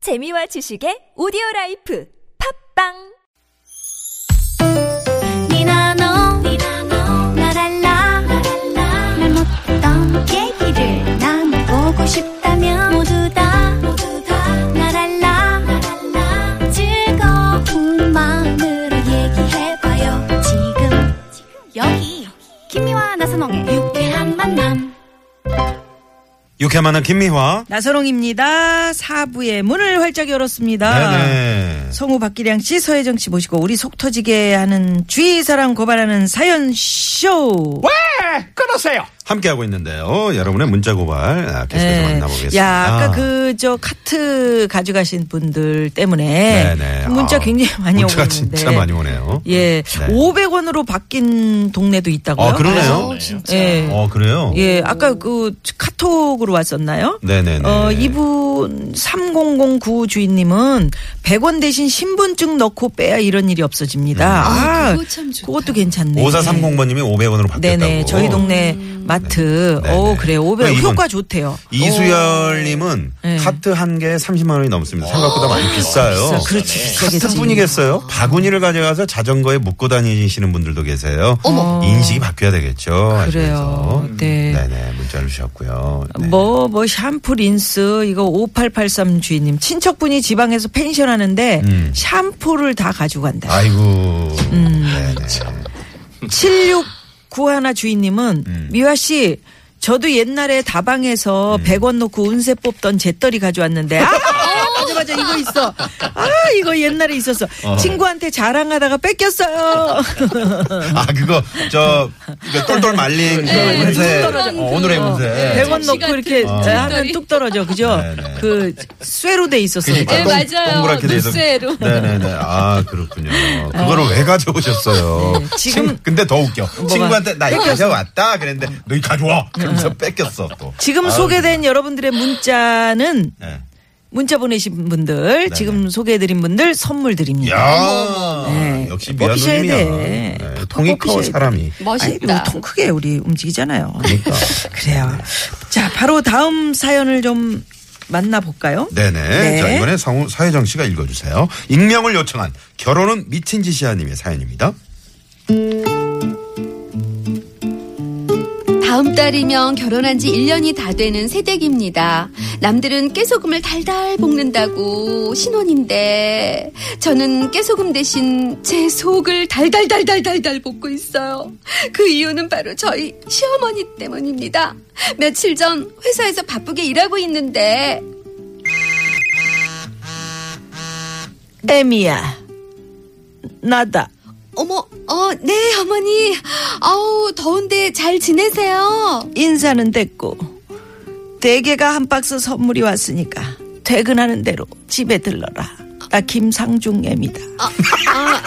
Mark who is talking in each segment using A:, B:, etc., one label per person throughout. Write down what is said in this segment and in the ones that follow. A: 재미와 지식의 오디오 라이프 팝빵
B: 니나 너, 날 알라, 날 못했던 얘기를 나눠보고 싶다면 모두 다, 날 알라, 즐거운 마음으로 얘기해봐요. 지금, 여기, 김미와 나선홍의 유쾌한 만남.
C: 유쾌한 만남 김미화.
D: 나서롱입니다. 사부의 문을 활짝 열었습니다.
C: 네네.
D: 성우 박기량 씨, 서혜정 씨 모시고 우리 속 터지게 하는 주위 사람 고발하는 사연 쇼.
E: 왜 끊으세요?
C: 함께하고 있는데요. 여러분의 문자 고발 아, 계속해서
D: 네.
C: 만나보겠습니다.
D: 야, 아까 그 저 카트 가져가신 분들 때문에
C: 네네.
D: 문자
C: 아,
D: 굉장히 많이
C: 문자가
D: 오고 있는데.
C: 진짜 많이 오네요.
D: 예,
C: 네.
D: 500원으로 바뀐 동네도 있다고요.
C: 어, 그러네요.
D: 예.
C: 어, 그래요?
D: 예, 아까 그 카톡으로 왔었나요?
C: 네네네.
D: 어, 이분 3009 주인님은 100원 대신 신분증 넣고 빼야 이런 일이
C: 음.
D: 없어집니다. 아, 그거 도 괜찮네.
C: 5430번님이 500원으로 바뀌었다고. 어.
D: 네네, 저희 동네 마트.
C: 네.
D: 오,
C: 네네.
D: 그래요. 500
C: 이분.
D: 효과 좋대요.
C: 이수열님은
D: 네.
C: 카트 한 개에 30만 원이 넘습니다. 생각보다 많이 비싸요.
D: 비싸. 그렇지, 비싸겠지.
C: 어. 네. 같은 분이겠어요? 바구니를 가져가서 자전거에 묶고 다니시는 분들도 계세요.
D: 어머.
C: 인식이 바뀌어야 되겠죠.
D: 그래요.
C: 하시면서.
D: 네.
C: 네네, 문자를 주셨고요. 네.
D: 뭐, 뭐, 샴푸, 린스, 이거 5883 주인님. 친척분이 지방에서 펜션 하는데
C: 음.
D: 샴푸를 다 가지고 간다.
C: 아이고.
D: 음.
C: 네네.
D: 7691 주인님은
C: 음.
D: 미화 씨 저도 옛날에 다방에서 100원 놓고 운세 뽑던 잿더리 가져왔는데 아 맞아 맞아 이거 있어 아 이거 옛날에 있었어 친구한테 자랑하다가 뺏겼어요
C: 아, 그거, 저, 이거 똘똘 말린
D: 음.
C: 그 운세.
D: 떨어져.
C: 어, 오늘의 운세.
D: 100원 놓고 이렇게 하면 뚝 떨어져 그죠
C: 네, 네.
D: 그 쇠로 돼 있었어요
C: 그러니까
F: 네,
C: 동-
F: 맞아요.
C: 동그랗게 돼서.
F: 눈쇠로.
C: 네네네. 아 그렇군요. 그거를 왜 가져오셨어요?
D: 네, 지금- 네.
C: 친- 근데 더 웃겨. 친구한테 나 이거 가져왔다 그랬는데 너 이거 가져와. 그러면서 뺏겼어 또.
D: 지금
C: 아유,
D: 소개된 여러분들의 문자는
C: 네.
D: 문자 보내신 분들 지금 소개해드린 분들 선물 드립니다
C: 야
D: 네.
C: 역시
D: 뽑히셔야
C: 미안놈이야.
D: 돼. 뽑-
C: 통이 커
D: 뽑히셔야 돼.
C: 사람이.
F: 멋있다.
D: 아니, 통 크게 우리 움직이잖아요.
C: 그러니까.
D: 그래요. 자, 바로 다음 사연을 좀 만나볼까요?
C: 네네.
D: 네.
C: 자 이번에 상우 사회정 씨가 읽어주세요. 익명을 요청한 결혼은 미친 짓이야님의 사연입니다.
F: 다음 달이면 결혼한 지 1년이 다 되는 새댁입니다. 남들은 깨소금을 달달 볶는다고 신혼인데 저는 깨소금 대신 제 속을 달달달달달달 볶고 있어요. 그 이유는 바로 저희 시어머니 때문입니다. 며칠 전 회사에서 바쁘게 일하고 있는데
D: 에미야, 나다.
F: 어머, 어, 네, 어머니. 아우, 더운데 잘 지내세요.
D: 인사는 됐고, 대게가 한 박스 선물이 왔으니까 퇴근하는 대로 집에 들러라. 나 김상중 애미다.
F: 아,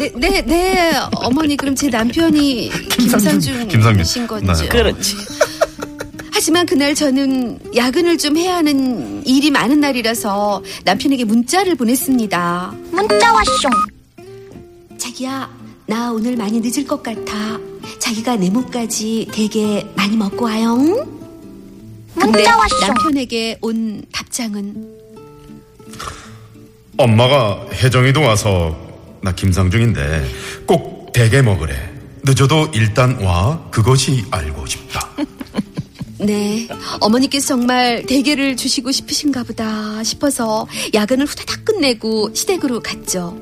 F: 네, 네, 네. 어머니, 그럼 제 남편이
C: 김상중,
F: 김상중,
C: 김상중.
F: 신
C: 네.
F: 거죠.
D: 그렇지.
F: 하지만 그날 저는 야근을 좀 해야 하는 일이 많은 날이라서 남편에게 문자를 보냈습니다.
B: 문자 왔쇼.
F: 자기야, 나 오늘 많이 늦을 것 같아. 자기가 내 몸까지 되게 많이 먹고 와요. 근데
B: 문자 왔쇼.
F: 남편에게 온 답장은
C: 엄마가 혜정이도 와서 나 김상중인데 꼭 대게 먹으래. 늦어도 일단 와 그것이 알고 싶다.
F: 네, 어머니께서 정말 대게를 주시고 싶으신가 보다 싶어서 야근을 후다닥 끝내고 시댁으로 갔죠.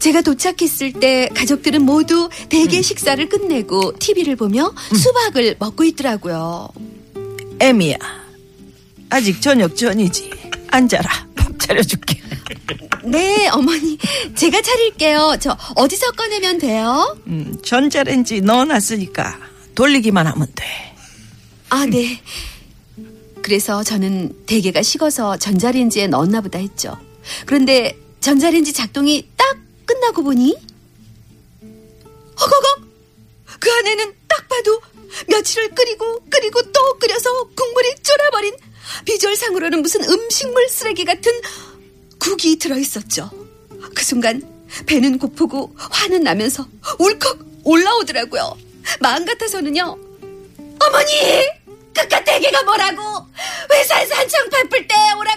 F: 제가 도착했을 때 가족들은 모두 대게 식사를 끝내고 TV를 보며 수박을 먹고 있더라고요.
D: 애미야, 아직 저녁 전이지. 앉아라. 밥 차려줄게.
F: 네, 어머니, 제가 차릴게요. 저 어디서 꺼내면 돼요?
D: 음, 전자레인지 넣어놨으니까 돌리기만 하면 돼.
F: 아, 네. 그래서 저는 대게가 식어서 전자레인지에 넣었나 보다 했죠. 그런데 전자레인지 작동이 딱 끝나고 보니 허거거! 그 안에는 딱 봐도 며칠을 끓이고 끓이고 또 끓여서 국물이 쫄아버린 비주얼상으로는 무슨 음식물 쓰레기 같은 국이 들어있었죠. 그 순간 배는 고프고 화는 나면서 울컥 올라오더라고요. 마음 같아서는요. 어머니! 그깟 대게가 뭐라고! 회사에서 한창 바쁠 때 오라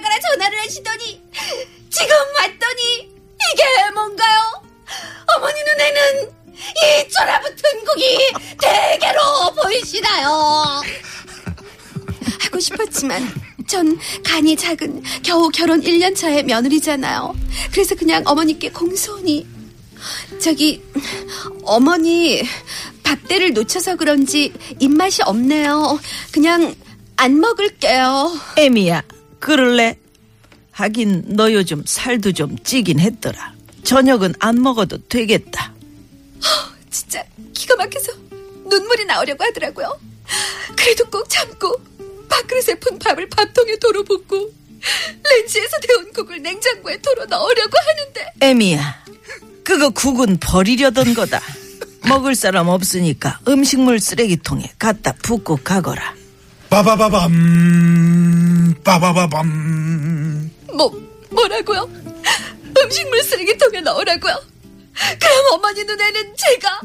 F: 전 간이 작은 겨우 결혼 1년 차의 며느리잖아요. 그래서 그냥 어머니께 공손히 저기 어머니 밥대를 놓쳐서 그런지 입맛이 없네요. 그냥 안 먹을게요.
D: 애미야, 그럴래? 하긴 너 요즘 살도 좀 찌긴 했더라. 저녁은 안 먹어도 되겠다.
F: 진짜 기가 막혀서 눈물이 나오려고 하더라고요. 그래도 꼭 참고 밥그릇에 푼 밥을 밥통에 도로 붓고 렌즈에서 데운 국을 냉장고에 도로 넣으려고 하는데
D: 애미야, 그거 국은 버리려던 거다. 먹을 사람 없으니까 음식물 쓰레기통에 갖다 붓고 가거라.
C: 빠바바밤 빠바바밤
F: 뭐 뭐라고요? 음식물 쓰레기통에 넣으라고요? 그럼 어머니 눈에는 제가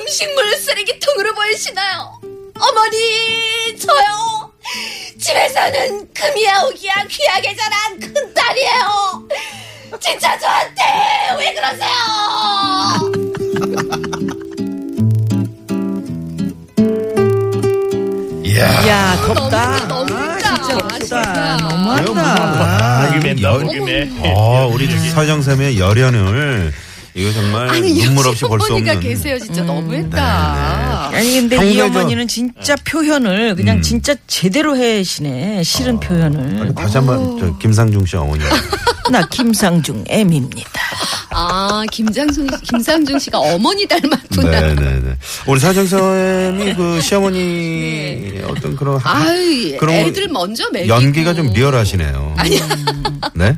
F: 음식물 쓰레기통으로 보이시나요? 어머니 저요 집에서는 금이야 오기야 귀하게 자란 큰 딸이에요. 진짜 저한테 왜 그러세요?
C: 이야
D: 야, 덥다.
F: 너무 덥다,
D: 아, 진짜
F: 너무
D: 덥다.
F: 덥다.
D: 너무한다.
C: 와,
E: 나온 김에 나온 김에
C: 아, 우리 사장쌤의 열연을 이거 정말 눈물 없이 볼 수 없는. 네,
G: 어머니가 계세요
F: 음.
G: 진짜 너무했다.
D: 아니 근데 이
C: 평소에도-
D: 어머니는 진짜 표현을 그냥 진짜 제대로 해시네. 싫은 표현을.
C: 다시 한번 저 김상중 씨 어머니.
D: 나 김상중 M입니다.
G: 아 김장순 김상중 씨가 어머니 닮았구나.
C: 네, 네, 네. 우리 사장쌤이 그 시어머니 어떤 그런 하-
G: 네. 아유
C: 그럼
G: 애들 먼저 먹이고
C: 연기가 좀 리얼하시네요. 아니요. 네?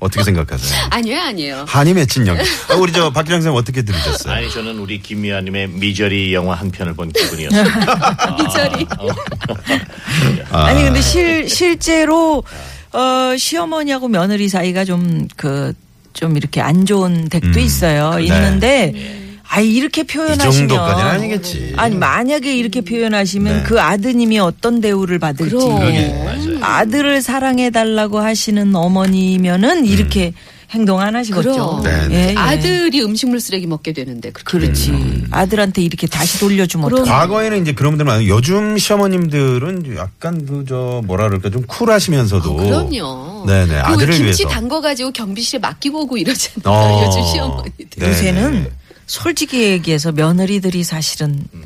C: 어떻게 생각하세요?
G: 아니에요 아니에요.
C: 한이 맺힌 연기. 아, 우리 저 박기량 쌤 어떻게 들으셨어요?
E: 아니 저는 우리 김미아님의 미저리 영화 한 편을 본
C: 네.
E: 기분이었어요.
C: 아.
E: 어? 미저리.
D: 아니
C: 네.
D: 근데 실 실제로 어 시어머니하고 며느리 사이가 좀 그 좀 이렇게 안 좋은 댁도
C: 음,
D: 있어요.
C: 네.
D: 있는데 아 이렇게
C: 이
D: 표현하시면
C: 정도까지는 아니겠지.
D: 아니, 만약에 이렇게 표현하시면
C: 네.
D: 그 아드님이 어떤 대우를 받을지
G: 그러게,
E: 맞아요.
D: 아들을 사랑해 달라고 하시는 어머니면은 이렇게 행동 안 하시겠죠.
G: 그럼.
C: 음. 네, 네.
D: 예, 예.
G: 아들이 음식물 쓰레기 먹게 되는데 그렇게
D: 그렇지. 아들한테 이렇게 다시 돌려주면
G: 그럼.
D: 어떡해.
C: 과거에는 이제 그런 분들 많아요. 요즘 시어머님들은 약간 그 저 뭐라 그럴까 좀 쿨하시면서도
G: 아, 그럼요.
C: 네네
G: 그
C: 아들을
G: 김치
C: 위해서.
G: 담궈가지고 경비실에 맡기고 오고 이러잖아요.
C: 어.
G: 요즘 시어머니들.
C: 네,
D: 요새는
C: 네.
D: 솔직히 얘기해서 며느리들이 사실은
C: 음.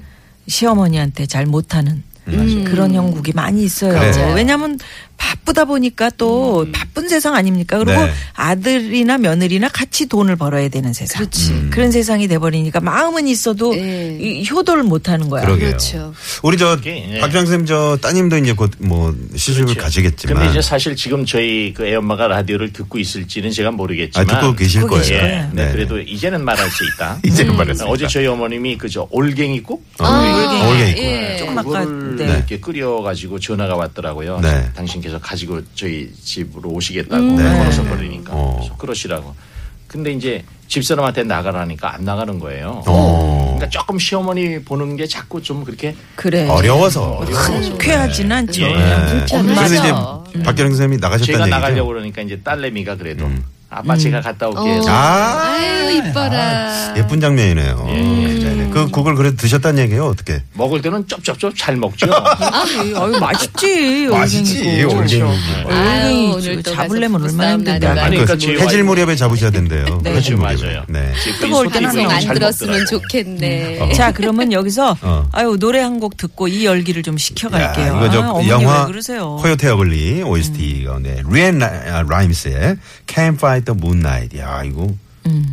D: 시어머니한테 잘 못하는 그런 형국이 많이 있어요.
C: 그래요.
D: 왜냐하면 바쁘다 보니까 또
G: 음.
D: 바쁜 세상 아닙니까? 그리고
C: 네.
D: 아들이나 며느리나 같이 돈을 벌어야 되는 세상.
G: 그렇지.
C: 음,
D: 런 세상이 돼버리니까 마음은 있어도
G: 네.
D: 이- 효도를 못하는 거야.
C: 그러게요.
G: 그렇죠.
C: 우리 저
E: 그게, 네.
C: 박장 쌤저 따님도 이제 곧 뭐 시집을 가지겠지만
E: 근데 이제 사실 지금 저희 그 애엄마가 라디오를 듣고 있을지는 제가 모르겠지만.
C: 아, 듣고 계실
D: 듣고 계실
E: 예.
D: 거예요.
E: 네,
C: 네.
E: 그래도 이제는 말할 수 있다.
C: 이제는 말할 수
E: 어제
C: 있다.
E: 저희 어머님이 그저 올갱이국
D: 아,
E: 네,
C: 어,
G: 예.
D: 예,
C: 올게 있고.
D: 조금 아까
E: 그걸
D: 네.
E: 이렇게 끓여가지고 전화가 왔더라고요.
C: 네.
E: 당신께서 가지고 저희 집으로 오시겠다고
C: 네.
E: 걸어서 버리니까
C: 어.
E: 그래서 그러시라고. 근데 이제 집사람한테 나가라니까 안 나가는 거예요.
C: 어.
E: 그러니까 조금 시어머니 보는 게 자꾸 좀 그렇게
D: 그래.
C: 어려워서. 네.
D: 쾌하진 아, 않죠.
E: 예.
D: 그냥
C: 그래서
D: 엄마죠.
C: 이제 음. 박기량 쌤이
E: 제가
C: 나가셨다는
E: 나가려고
C: 얘기죠. 음.
E: 그러니까 이제 딸내미가 그래도 아빠 제가 갔다 올게요.
D: 음.
C: 아
G: 아유 이뻐라.
C: 예쁜 장면이네요.
E: 예.
C: 네, 네. 그 국을 그래도 드셨다는 얘기예요. 어떻게?
E: 먹을 때는 쩝쩝쩝 잘 먹죠.
D: 아유, 아유, 맛있지.
C: 맛있지
D: 올갱이고.
C: 올갱이.
E: 음.
G: 아유,
D: 아유,
G: 오늘 또
D: 잡으려면
G: 가서
D: 얼마나
G: 부싸움
D: 힘든데.
G: 나는 거
E: 아니,
C: 그
E: 그러니까 지금
C: 해질 무렵에 잡으셔야 된대요.
D: 네.
E: 그렇죠,
C: 해질 무렵에.
E: 맞아요.
C: 네.
D: 뜨거울 때는
G: 방송
D: 안
G: 안 들었으면
E: 좋
G: 뭐 좋겠네.
C: 어.
D: 자, 그러면 여기서
C: 어.
D: 아유 노래 한 곡 듣고 이 열기를 좀 식혀갈게요.
C: 야, 이거 저
D: 아, 어머니
C: 영화
D: 왜 그러세요? 음.
C: 코요테 어글리 네. OST 가운데 리앤 라임스의 Can't Fight the Moonlight. 야 이거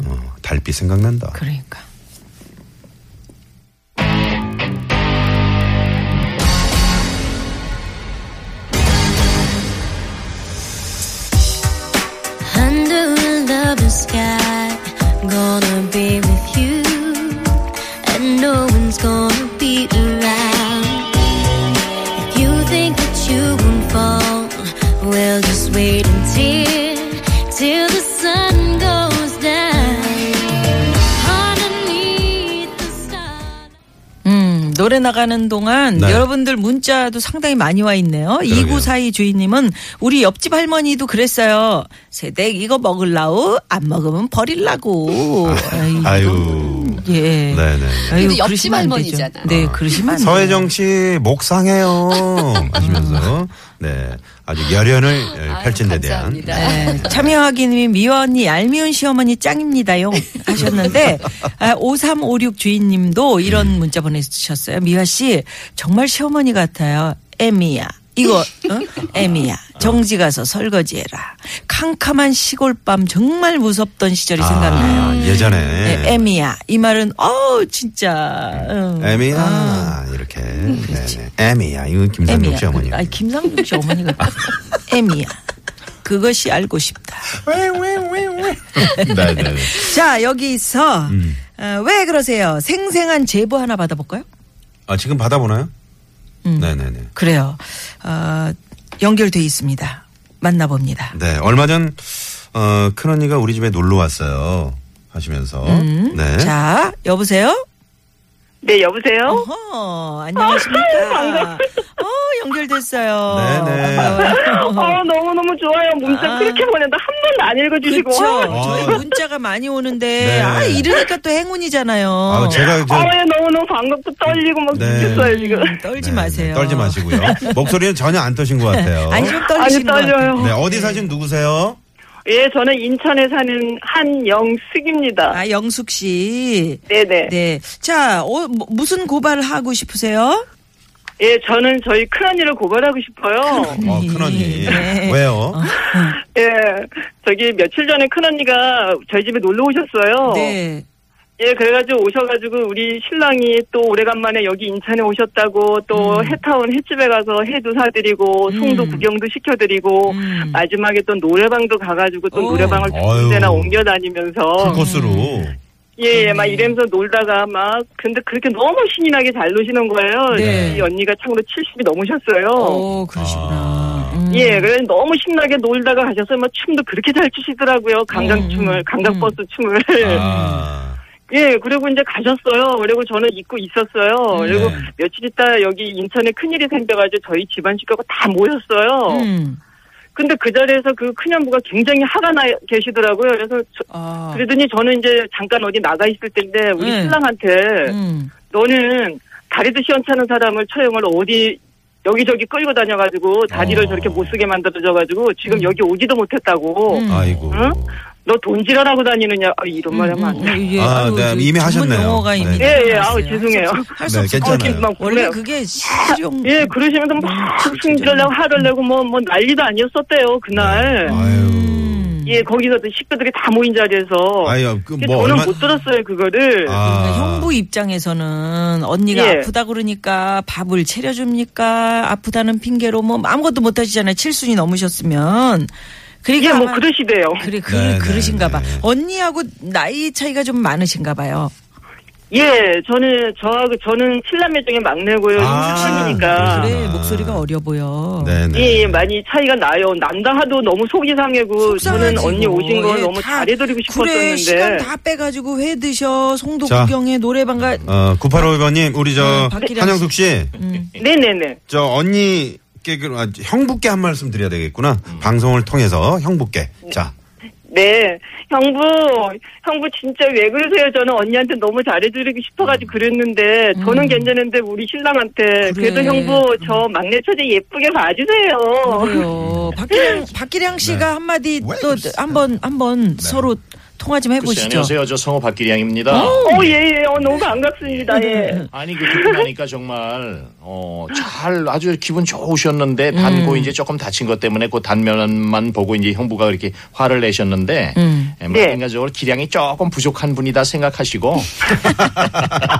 C: 어, 달빛 생각난다.
D: 음. 그러니까.
B: Under a lovely sky, gonna be with you, and no one's gonna be around. If you think that you won't fall, well just wait until till the sun goes down. Underneath the stars.
D: 음, 노래 나가는 동안
C: 네.
D: 여러분들 문자도 상당히 많이 와 있네요.
C: 그러게요.
D: 2942 주인님은 우리 옆집 할머니도 그랬어요. 세댁 이거 먹을라우? 안 먹으면 버릴라고. 아이고.
C: 아, 아유
D: 예.
C: 네네.
D: 아유,
F: 그래도 옆집
D: 그러시면 안 되죠.
F: 할머니잖아.
D: 네, 그러시면 안 돼요.
C: 서혜정 씨 목상해요 하시면서 네 아주 열연을
F: 아유,
C: 펼친 데 어, 대한
F: 감사합니다.
D: 네, 참여하기님이 미원이 얄미운 시어머니 짱입니다요 하셨는데 아, 5356 주인님도 이런
C: 네.
D: 문자 보내주셨어요. 미화 씨 정말 시어머니 같아요. 애미야. 이거 응? 애미야 정지 가서 설거지해라. 캄캄한 시골 밤 정말 무섭던 시절이 생각나요.
C: 아, 예전에
D: 네, 애미야 이 말은 어 진짜 응.
C: 애미야
D: 아,
C: 이렇게 네네. 애미야 이거 김상중 씨 어머니
D: 아니 김상중 씨 어머니가 애미야 그것이 알고 싶다.
C: 네네
D: 자 여기서
C: 음.
D: 어, 왜 그러세요? 생생한 제보 하나 받아볼까요?
C: 아 지금 받아보나요?
D: 음.
C: 네네네
D: 그래요. 어, 연결돼 있습니다. 만나봅니다.
C: 네, 얼마 전, 어, 큰언니가 우리 집에 놀러 왔어요. 하시면서. 네.
D: 음. 자 여보세요.
H: 네, 여보세요?
D: 어허,
H: 아, 네,
D: 안녕하십니까? 어 연결됐어요.
C: 네네.
H: 어, 너무너무 좋아요. 문자
D: 아.
H: 그렇게 보내도 한 번도 안 읽어주시고.
D: 그렇죠.
H: 아,
D: 저희 문자가 많이 오는데
C: 네.
D: 아 이러니까 또 행운이잖아요.
C: 아,
D: 어,
C: 제가, 저,
H: 아, 예, 너무너무 반갑고 떨리고 막
C: 네.
H: 죽겠어요, 아, 지금.
D: 음, 떨지
C: 네,
D: 마세요.
C: 네, 떨지 마시고요. 목소리는 전혀 안 떠신 것 같아요.
D: 아니 좀
H: 아니,
D: 떨리시는 것 같아요.
H: 떨려요.
C: 네, 어디 사신 누구세요?
H: 예, 저는 인천에 사는 한영숙입니다.
D: 아 영숙 씨.
H: 네네.
D: 네. 자, 어, 뭐, 무슨 고발을 하고 싶으세요?
H: 예, 저는 저희 큰언니를 고발하고 싶어요.
C: 어, 큰언니.
D: 음. 네.
C: 왜요?
H: 예, 저기 며칠 전에 큰언니가 저희 집에 놀러 오셨어요.
D: 네.
H: 예, 그래가지고 오셔가지고 우리 신랑이 또 오래간만에 여기 인천에 오셨다고 또 해타운 횟집에 가서 해도 사드리고 송도
D: 음.
H: 구경도 시켜드리고
D: 음. 어.
H: 마지막에 또 노래방도 가가지고 또
D: 오.
H: 노래방을
C: 아유.
H: 두 군데나
D: 어.
H: 옮겨다니면서
C: 풀코스로.
H: 예, 예, 막
D: 음.
H: 이러면서 놀다가 막 근데 그렇게 너무 신이 나게 잘 노시는 거예요.
D: 네.
H: 이 언니가 참으로 70이 넘으셨어요.
D: 오, 그러시구나.
C: 아.
D: 음.
H: 예, 그래서 너무 신나게 놀다가 가셔서 막 춤도 그렇게 잘 추시더라고요.
D: 음.
H: 강강춤을, 강강버스 춤을.
C: 아.
H: 예, 그리고 이제 가셨어요. 그리고 저는 잊고 있었어요. 그리고
C: 네.
H: 며칠 있다 여기 인천에 큰일이 생겨가지고 저희 집안 식구가 다 모였어요.
D: 음.
H: 근데 그 자리에서 그 큰년부가 굉장히 화가 나 계시더라고요. 그래서 저-
C: 어.
D: 아.
H: 그러더니 저는 이제 잠깐 어디 나가 있을 때인데 우리
D: 네.
H: 신랑한테
D: 음.
H: 너는 다리도 시원찮은 사람을 처형을 어디 여기저기 끌고 다녀가지고 다리를
C: 어. 음.
H: 저렇게 못 쓰게 만들어져가지고 지금 여기 오지도 못했다고
D: 음.
C: 아이고.
H: 응? 너 돈질하라고 다니느냐 아, 이런 말 하면 안 돼.
D: 예,
C: 아,
D: 아유,
C: 네,
D: 저
C: 이미
D: 전문
C: 하셨네요.
D: 용어가
C: 네.
D: 이미
H: 예, 예, 아우,
D: 나왔어요.
H: 죄송해요.
D: 할수
C: 네,
D: 없죠.
C: 괜찮아요.
H: 어,
C: 음,
H: 막
D: 원래
H: 그래요.
D: 그게 실용.
H: 예, 그러시면서 막 승질을 내고 화를 내고 뭐, 뭐 난리도 아니었었대요,
C: 음.
H: 그날.
C: 아유.
D: 음.
H: 예, 거기서 또 식구들이 다 모인 자리에서.
C: 음. 아유, 그,
H: 근데
C: 뭐,
H: 저는
C: 얼마.
H: 못 들었어요, 그거를.
D: 그러니까
C: 아.
D: 형부 입장에서는 언니가
H: 예.
D: 아프다 그러니까 밥을 차려줍니까? 아프다는 핑계로 뭐 아무것도 못 하시잖아요. 칠순이 넘으셨으면. 그러니까
H: 예, 뭐
D: 아마-
H: 그러시대요.
D: 그래 그
C: 네, 네,
D: 그러신가 봐.
C: 네.
D: 언니하고 나이 차이가 좀 많으신가 봐요.
H: 예, 저는, 저하고, 저는 칠남매 중에 막내고요.
C: 아,
H: 형수이니까
D: 그래 목소리가 어려 보여.
C: 네네.
H: 예, 예, 많이 차이가 나요. 남다 하도 너무 속이 상해고, 저는
D: 속상하지,
H: 언니
D: 뭐.
H: 오신 걸
D: 예,
H: 너무
D: 다
H: 잘해드리고
D: 그래 시간
H: 싶었었는데.
D: 다 빼가지고 회 드셔 송도
C: 자.
D: 구경에 노래방 가.
C: 어, 9852번님, 우리 저,
D: 음, 박기량
C: 한영숙 씨.
H: 네네네.
C: 저 언니께 그 아, 형부께 한 말씀 드려야 되겠구나.
D: 음.
C: 방송을 통해서 형부께. 자.
H: 네, 형부, 형부 진짜 왜 그러세요? 저는 언니한테 너무 잘해드리고 싶어가지고 그랬는데, 저는 괜찮은데 우리 신랑한테
D: 음. 그래. 음.
H: 그래도 형부 저 막내 처제 예쁘게 봐주세요.
D: 그래요. 박기량 박기량 씨가 한마디
C: 네. 왜
D: 또
C: 그러세요? 네.
D: 한번 한번 서로 통화 좀
E: 글쎄,
D: 해보시죠.
E: 안녕하세요. 저 성우 박기량입니다.
H: 어, 예, 예, 어, 너무 반갑습니다.
D: 음.
H: 예.
E: 아니 그 듣고 나니까 정말 어 잘 아주 기분 좋으셨는데
D: 음.
E: 단고 이제 조금 다친 것 때문에 그 단면만 보고 이제 형부가 그렇게 화를 내셨는데
D: 음.
E: 예,
H: 네.
E: 뭐 인간적으로 기량이 조금 부족한 분이다 생각하시고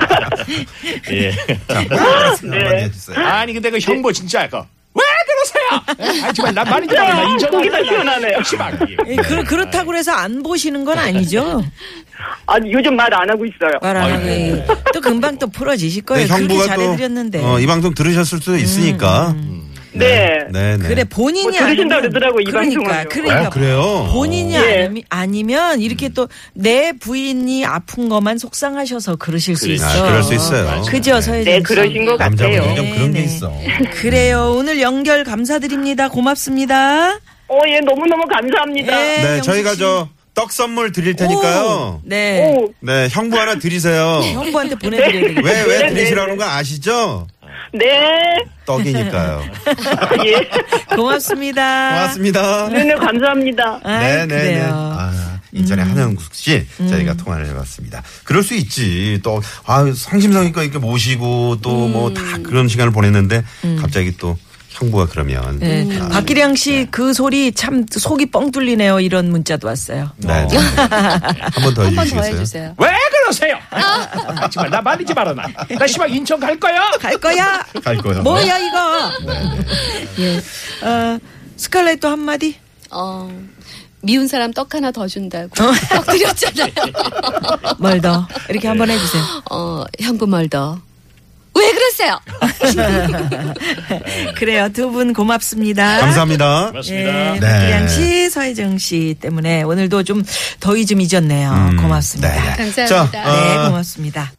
E: 예.
D: 네.
C: 한마디 해주세요.
E: 아니 근데 그 형부 진짜 그. 왜 그러세요? 아 정말 나 많이 들어나
H: 속이 다
E: 인정하기다
H: 시원하네요.
D: 예, 그, 그렇다고 해서 안 보시는 건 아니죠.
H: 아니, 요즘 말 안 하고 있어요.
D: 아, 말하는 또 금방 또 풀어지실 거예요. 그렇게 잘해드렸는데.
C: 네,
D: 음.
C: 어, 이 방송 들으셨을 수도 있으니까. 음.
H: 네.
C: 네, 네.
D: 그래 본인이
H: 뭐 들으신다
D: 아니면-
H: 그러더라고, 이
D: 그러니까
H: 방송을요.
D: 그러니까
C: 아, 그래요?
D: 본인이
H: 어. 예.
D: 아니, 아니면 이렇게 또 내 부인이 아픈 것만 속상하셔서 그러실 수
E: 그렇지.
D: 있어.
C: 아, 그럴 수 있어요.
D: 그죠 서혜진
H: 네,
D: 씨.
H: 그러신 것 같아요.
C: 남자분이 좀 그런
D: 네,
C: 게
D: 네.
C: 있어.
D: 그래요. 오늘 연결 감사드립니다. 고맙습니다.
H: 어, 예, 너무너무 감사합니다.
D: 예,
C: 네,
D: 영숙
C: 저희가
D: 씨.
C: 저 떡 선물 드릴 테니까요.
D: 네.
H: 오,
C: 네, 형부 하나 드리세요.
D: 형부한테 보내드려야 되겠다. 네.
C: 왜, 왜 드리시라는 거 아시죠?
H: 네.
C: 떡이니까요.
H: 예.
D: 고맙습니다.
C: 고맙습니다.
H: 네, 네, 감사합니다.
D: 아이, 그래요.
C: 네,
D: 음.
C: 아, 인천의 한영숙 씨 저희가 통화를 해봤습니다. 그럴 수 있지. 또 아, 상심성의껏 이렇게 모시고 또
D: 음.
C: 뭐 다 그런 시간을 보냈는데 갑자기 또 형부가 그러면
D: 네.
C: 아,
D: 박기량 씨 그 소리 참 속이 뻥 뚫리네요. 이런 문자도 왔어요.
C: 네, 네. 한번 더
G: 한 번 더
C: 해주시겠어요?
G: 해주세요.
I: 왜 그러세요? 아, 정말 나 말리지 말아놔. 나 시방 인천 갈 거야.
D: 갈 거야?
C: 갈 거야.
D: 뭐야 이거?
C: 아, 네, 네.
D: 어, 스칼렛 또 한마디?
G: 어, 미운 사람 떡 하나 더 준다고 떡 드렸잖아요.
D: 뭘 더? 이렇게 한번 해주세요.
G: 어, 형부 멀더. 왜 그러세요?
D: 그래요. 두 분 고맙습니다.
C: 감사합니다.
E: 맞습니다.
C: 네.
D: 예, 박기량 씨, 서혜정 씨 때문에 오늘도 좀 더위 좀 잊었네요. 아, 고맙습니다.
C: 네, 네.
G: 감사합니다.
C: 자, 어,
D: 네, 고맙습니다.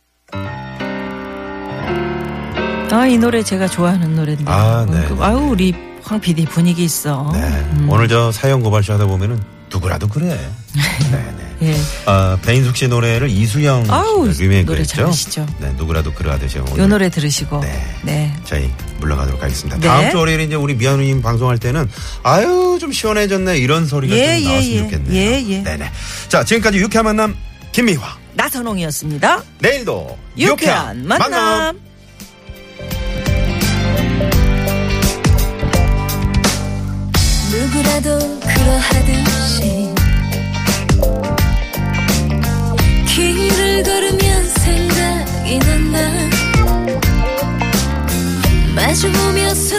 D: 아, 이 노래 제가 좋아하는 노래인데.
C: 아, 네,
D: 그,
C: 네,
D: 아유, 우리 황 PD 분위기 있어.
C: 네. 오늘 저 사연 고발쇼 하다 보면은 누구라도 그래. 네, 네.
D: 예.
C: 아, 배인숙 씨 노래를 이수영
D: 아우,
C: 씨가 리메이크했죠.
D: 노래 잘하시죠.
C: 네, 누구라도 그러하듯이
D: 요
C: 오늘
D: 노래 들으시고.
C: 네.
D: 네.
C: 저희 물러가도록 하겠습니다.
D: 네.
C: 다음 주 월요일에 이제 우리 미아누님 방송할 때는 아유 좀 시원해졌네 이런 소리가
D: 예,
C: 좀
D: 예,
C: 나왔으면
D: 예.
C: 좋겠네요.
D: 예, 예.
C: 네네. 자 지금까지 유쾌한 만남 김미화.
D: 나선홍이었습니다.
C: 내일도
D: 유쾌한 만남.
B: 누구라도 그러하듯이 길을 걸으면 생각이 난다 마주보며 속